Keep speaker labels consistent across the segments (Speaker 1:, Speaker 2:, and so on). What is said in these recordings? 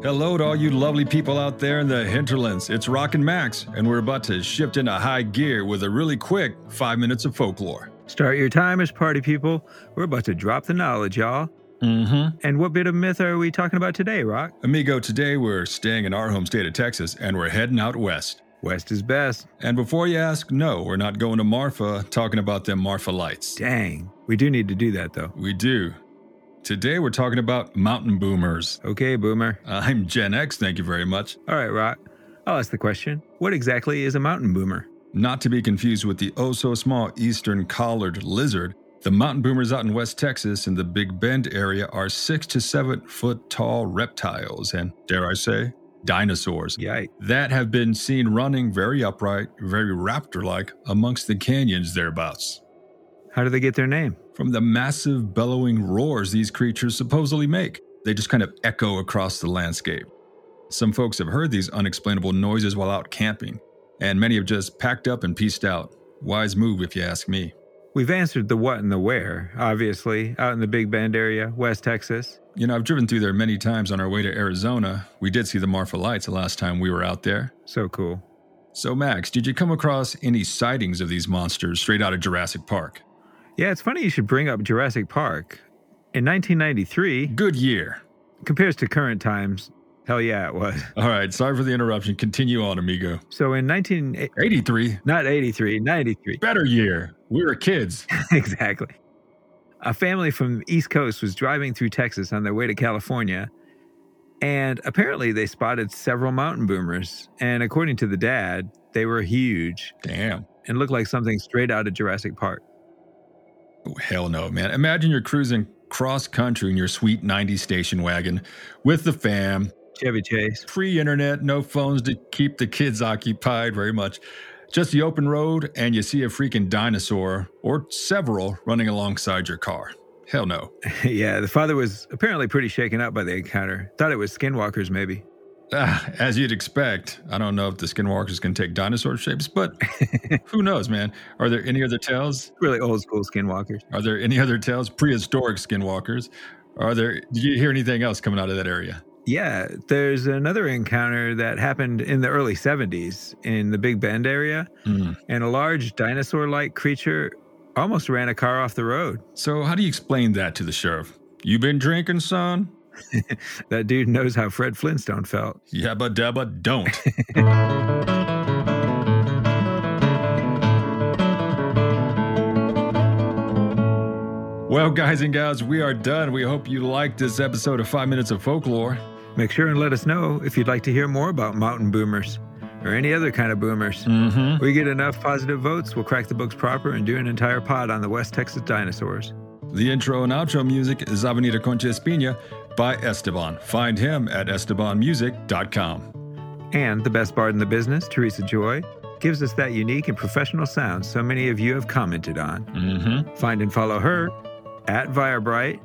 Speaker 1: hello to all you lovely people out there in the hinterlands. It's Rockin' Max, and we're about to shift into high gear with a really quick five minutes of folklore.
Speaker 2: Start your timers, party people. We're about to drop the knowledge, y'all.
Speaker 1: Mm-hmm.
Speaker 2: And what bit of myth are we talking about today, Rock?
Speaker 1: Amigo, today we're staying in our home state of Texas, and we're heading out west.
Speaker 2: West is best.
Speaker 1: And before you ask, no, we're not going to Marfa talking about them Marfa lights.
Speaker 2: Dang. We do need to do that, though.
Speaker 1: We do. Today we're talking about mountain boomers.
Speaker 2: Okay, Boomer.
Speaker 1: I'm Gen X, thank you very much.
Speaker 2: All right, Rock. I'll ask the question What exactly is a mountain boomer?
Speaker 1: Not to be confused with the oh so small eastern collared lizard, the mountain boomers out in West Texas and the Big Bend area are six to seven foot tall reptiles and, dare I say, dinosaurs
Speaker 2: Yikes.
Speaker 1: that have been seen running very upright, very raptor like amongst the canyons thereabouts.
Speaker 2: How do they get their name?
Speaker 1: From the massive bellowing roars these creatures supposedly make, they just kind of echo across the landscape. Some folks have heard these unexplainable noises while out camping, and many have just packed up and pieced out. Wise move, if you ask me.
Speaker 2: We've answered the what and the where, obviously, out in the Big Bend area, West Texas.
Speaker 1: You know, I've driven through there many times on our way to Arizona. We did see the Marfa lights the last time we were out there.
Speaker 2: So cool.
Speaker 1: So, Max, did you come across any sightings of these monsters straight out of Jurassic Park?
Speaker 2: Yeah, it's funny you should bring up Jurassic Park. In 1993,
Speaker 1: Good year.
Speaker 2: compares to current times, hell yeah, it was.
Speaker 1: All right, sorry for the interruption. Continue on, amigo.
Speaker 2: So in 19,
Speaker 1: 83,
Speaker 2: not 83, 93,
Speaker 1: better year. We were kids.
Speaker 2: exactly. A family from the East Coast was driving through Texas on their way to California, and apparently they spotted several mountain boomers. And according to the dad, they were huge
Speaker 1: Damn.
Speaker 2: and looked like something straight out of Jurassic Park.
Speaker 1: Oh, hell no, man. Imagine you're cruising cross country in your sweet 90 station wagon with the fam,
Speaker 2: Chevy Chase.
Speaker 1: pre internet, no phones to keep the kids occupied very much. Just the open road, and you see a freaking dinosaur or several running alongside your car. Hell no.
Speaker 2: yeah, the father was apparently pretty shaken up by the encounter. Thought it was skinwalkers, maybe.
Speaker 1: Ah, as you'd expect, I don't know if the skinwalkers can take dinosaur shapes, but who knows, man? Are there any other tales?
Speaker 2: Really old school skinwalkers.
Speaker 1: Are there any other tales? Prehistoric skinwalkers? Are there? Did you hear anything else coming out of that area?
Speaker 2: Yeah, there's another encounter that happened in the early 70s in the Big Bend area.
Speaker 1: Hmm.
Speaker 2: and a large dinosaur like creature almost ran a car off the road.
Speaker 1: So, how do you explain that to the sheriff? You been drinking, son?
Speaker 2: That dude knows how Fred Flintstone felt.
Speaker 1: Yabba dabba, don't. well, guys and gals, we are done. We hope you liked this episode of Five Minutes of Folklore.
Speaker 2: Make sure and let us know if you'd like to hear more about mountain boomers or any other kind of boomers.
Speaker 1: Mm-hmm.
Speaker 2: We get enough positive votes, we'll crack the books proper and do an entire pod on the West Texas dinosaurs.
Speaker 1: The intro and outro music is Avenida Concha Espina by Esteban. Find him at estebanmusic.com.
Speaker 2: And the best bard in the business, Teresa Joy, gives us that unique and professional sound so many of you have commented on.
Speaker 1: Mm-hmm.
Speaker 2: Find and follow her at Virebright.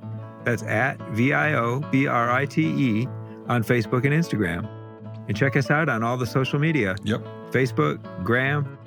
Speaker 2: That's at V I O B R I T E on Facebook and Instagram. And check us out on all the social media
Speaker 1: Yep,
Speaker 2: Facebook, Gram,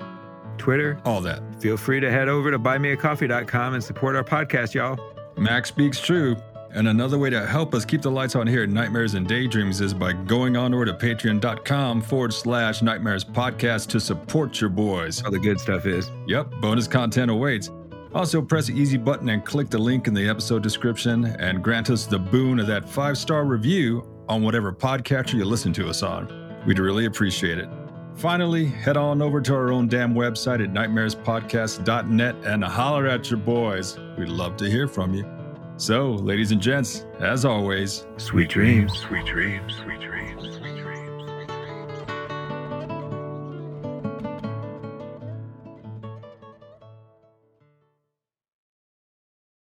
Speaker 2: Twitter.
Speaker 1: all that.
Speaker 2: Feel free to head over to buymeacoffee.com and support our podcast, y'all.
Speaker 1: Max speaks true. And another way to help us keep the lights on here at Nightmares and Daydreams is by going on over to patreon.com forward slash nightmares podcast to support your boys.
Speaker 2: All the good stuff is.
Speaker 1: Yep, bonus content awaits. Also, press the easy button and click the link in the episode description and grant us the boon of that five star review on whatever podcatcher you listen to us on. We'd really appreciate it. Finally, head on over to our own damn website at nightmarespodcast.net and holler at your boys. We'd love to hear from you. So, ladies and gents, as always,
Speaker 2: Sweet dreams.
Speaker 3: Sweet dreams. Sweet dreams. Sweet dreams.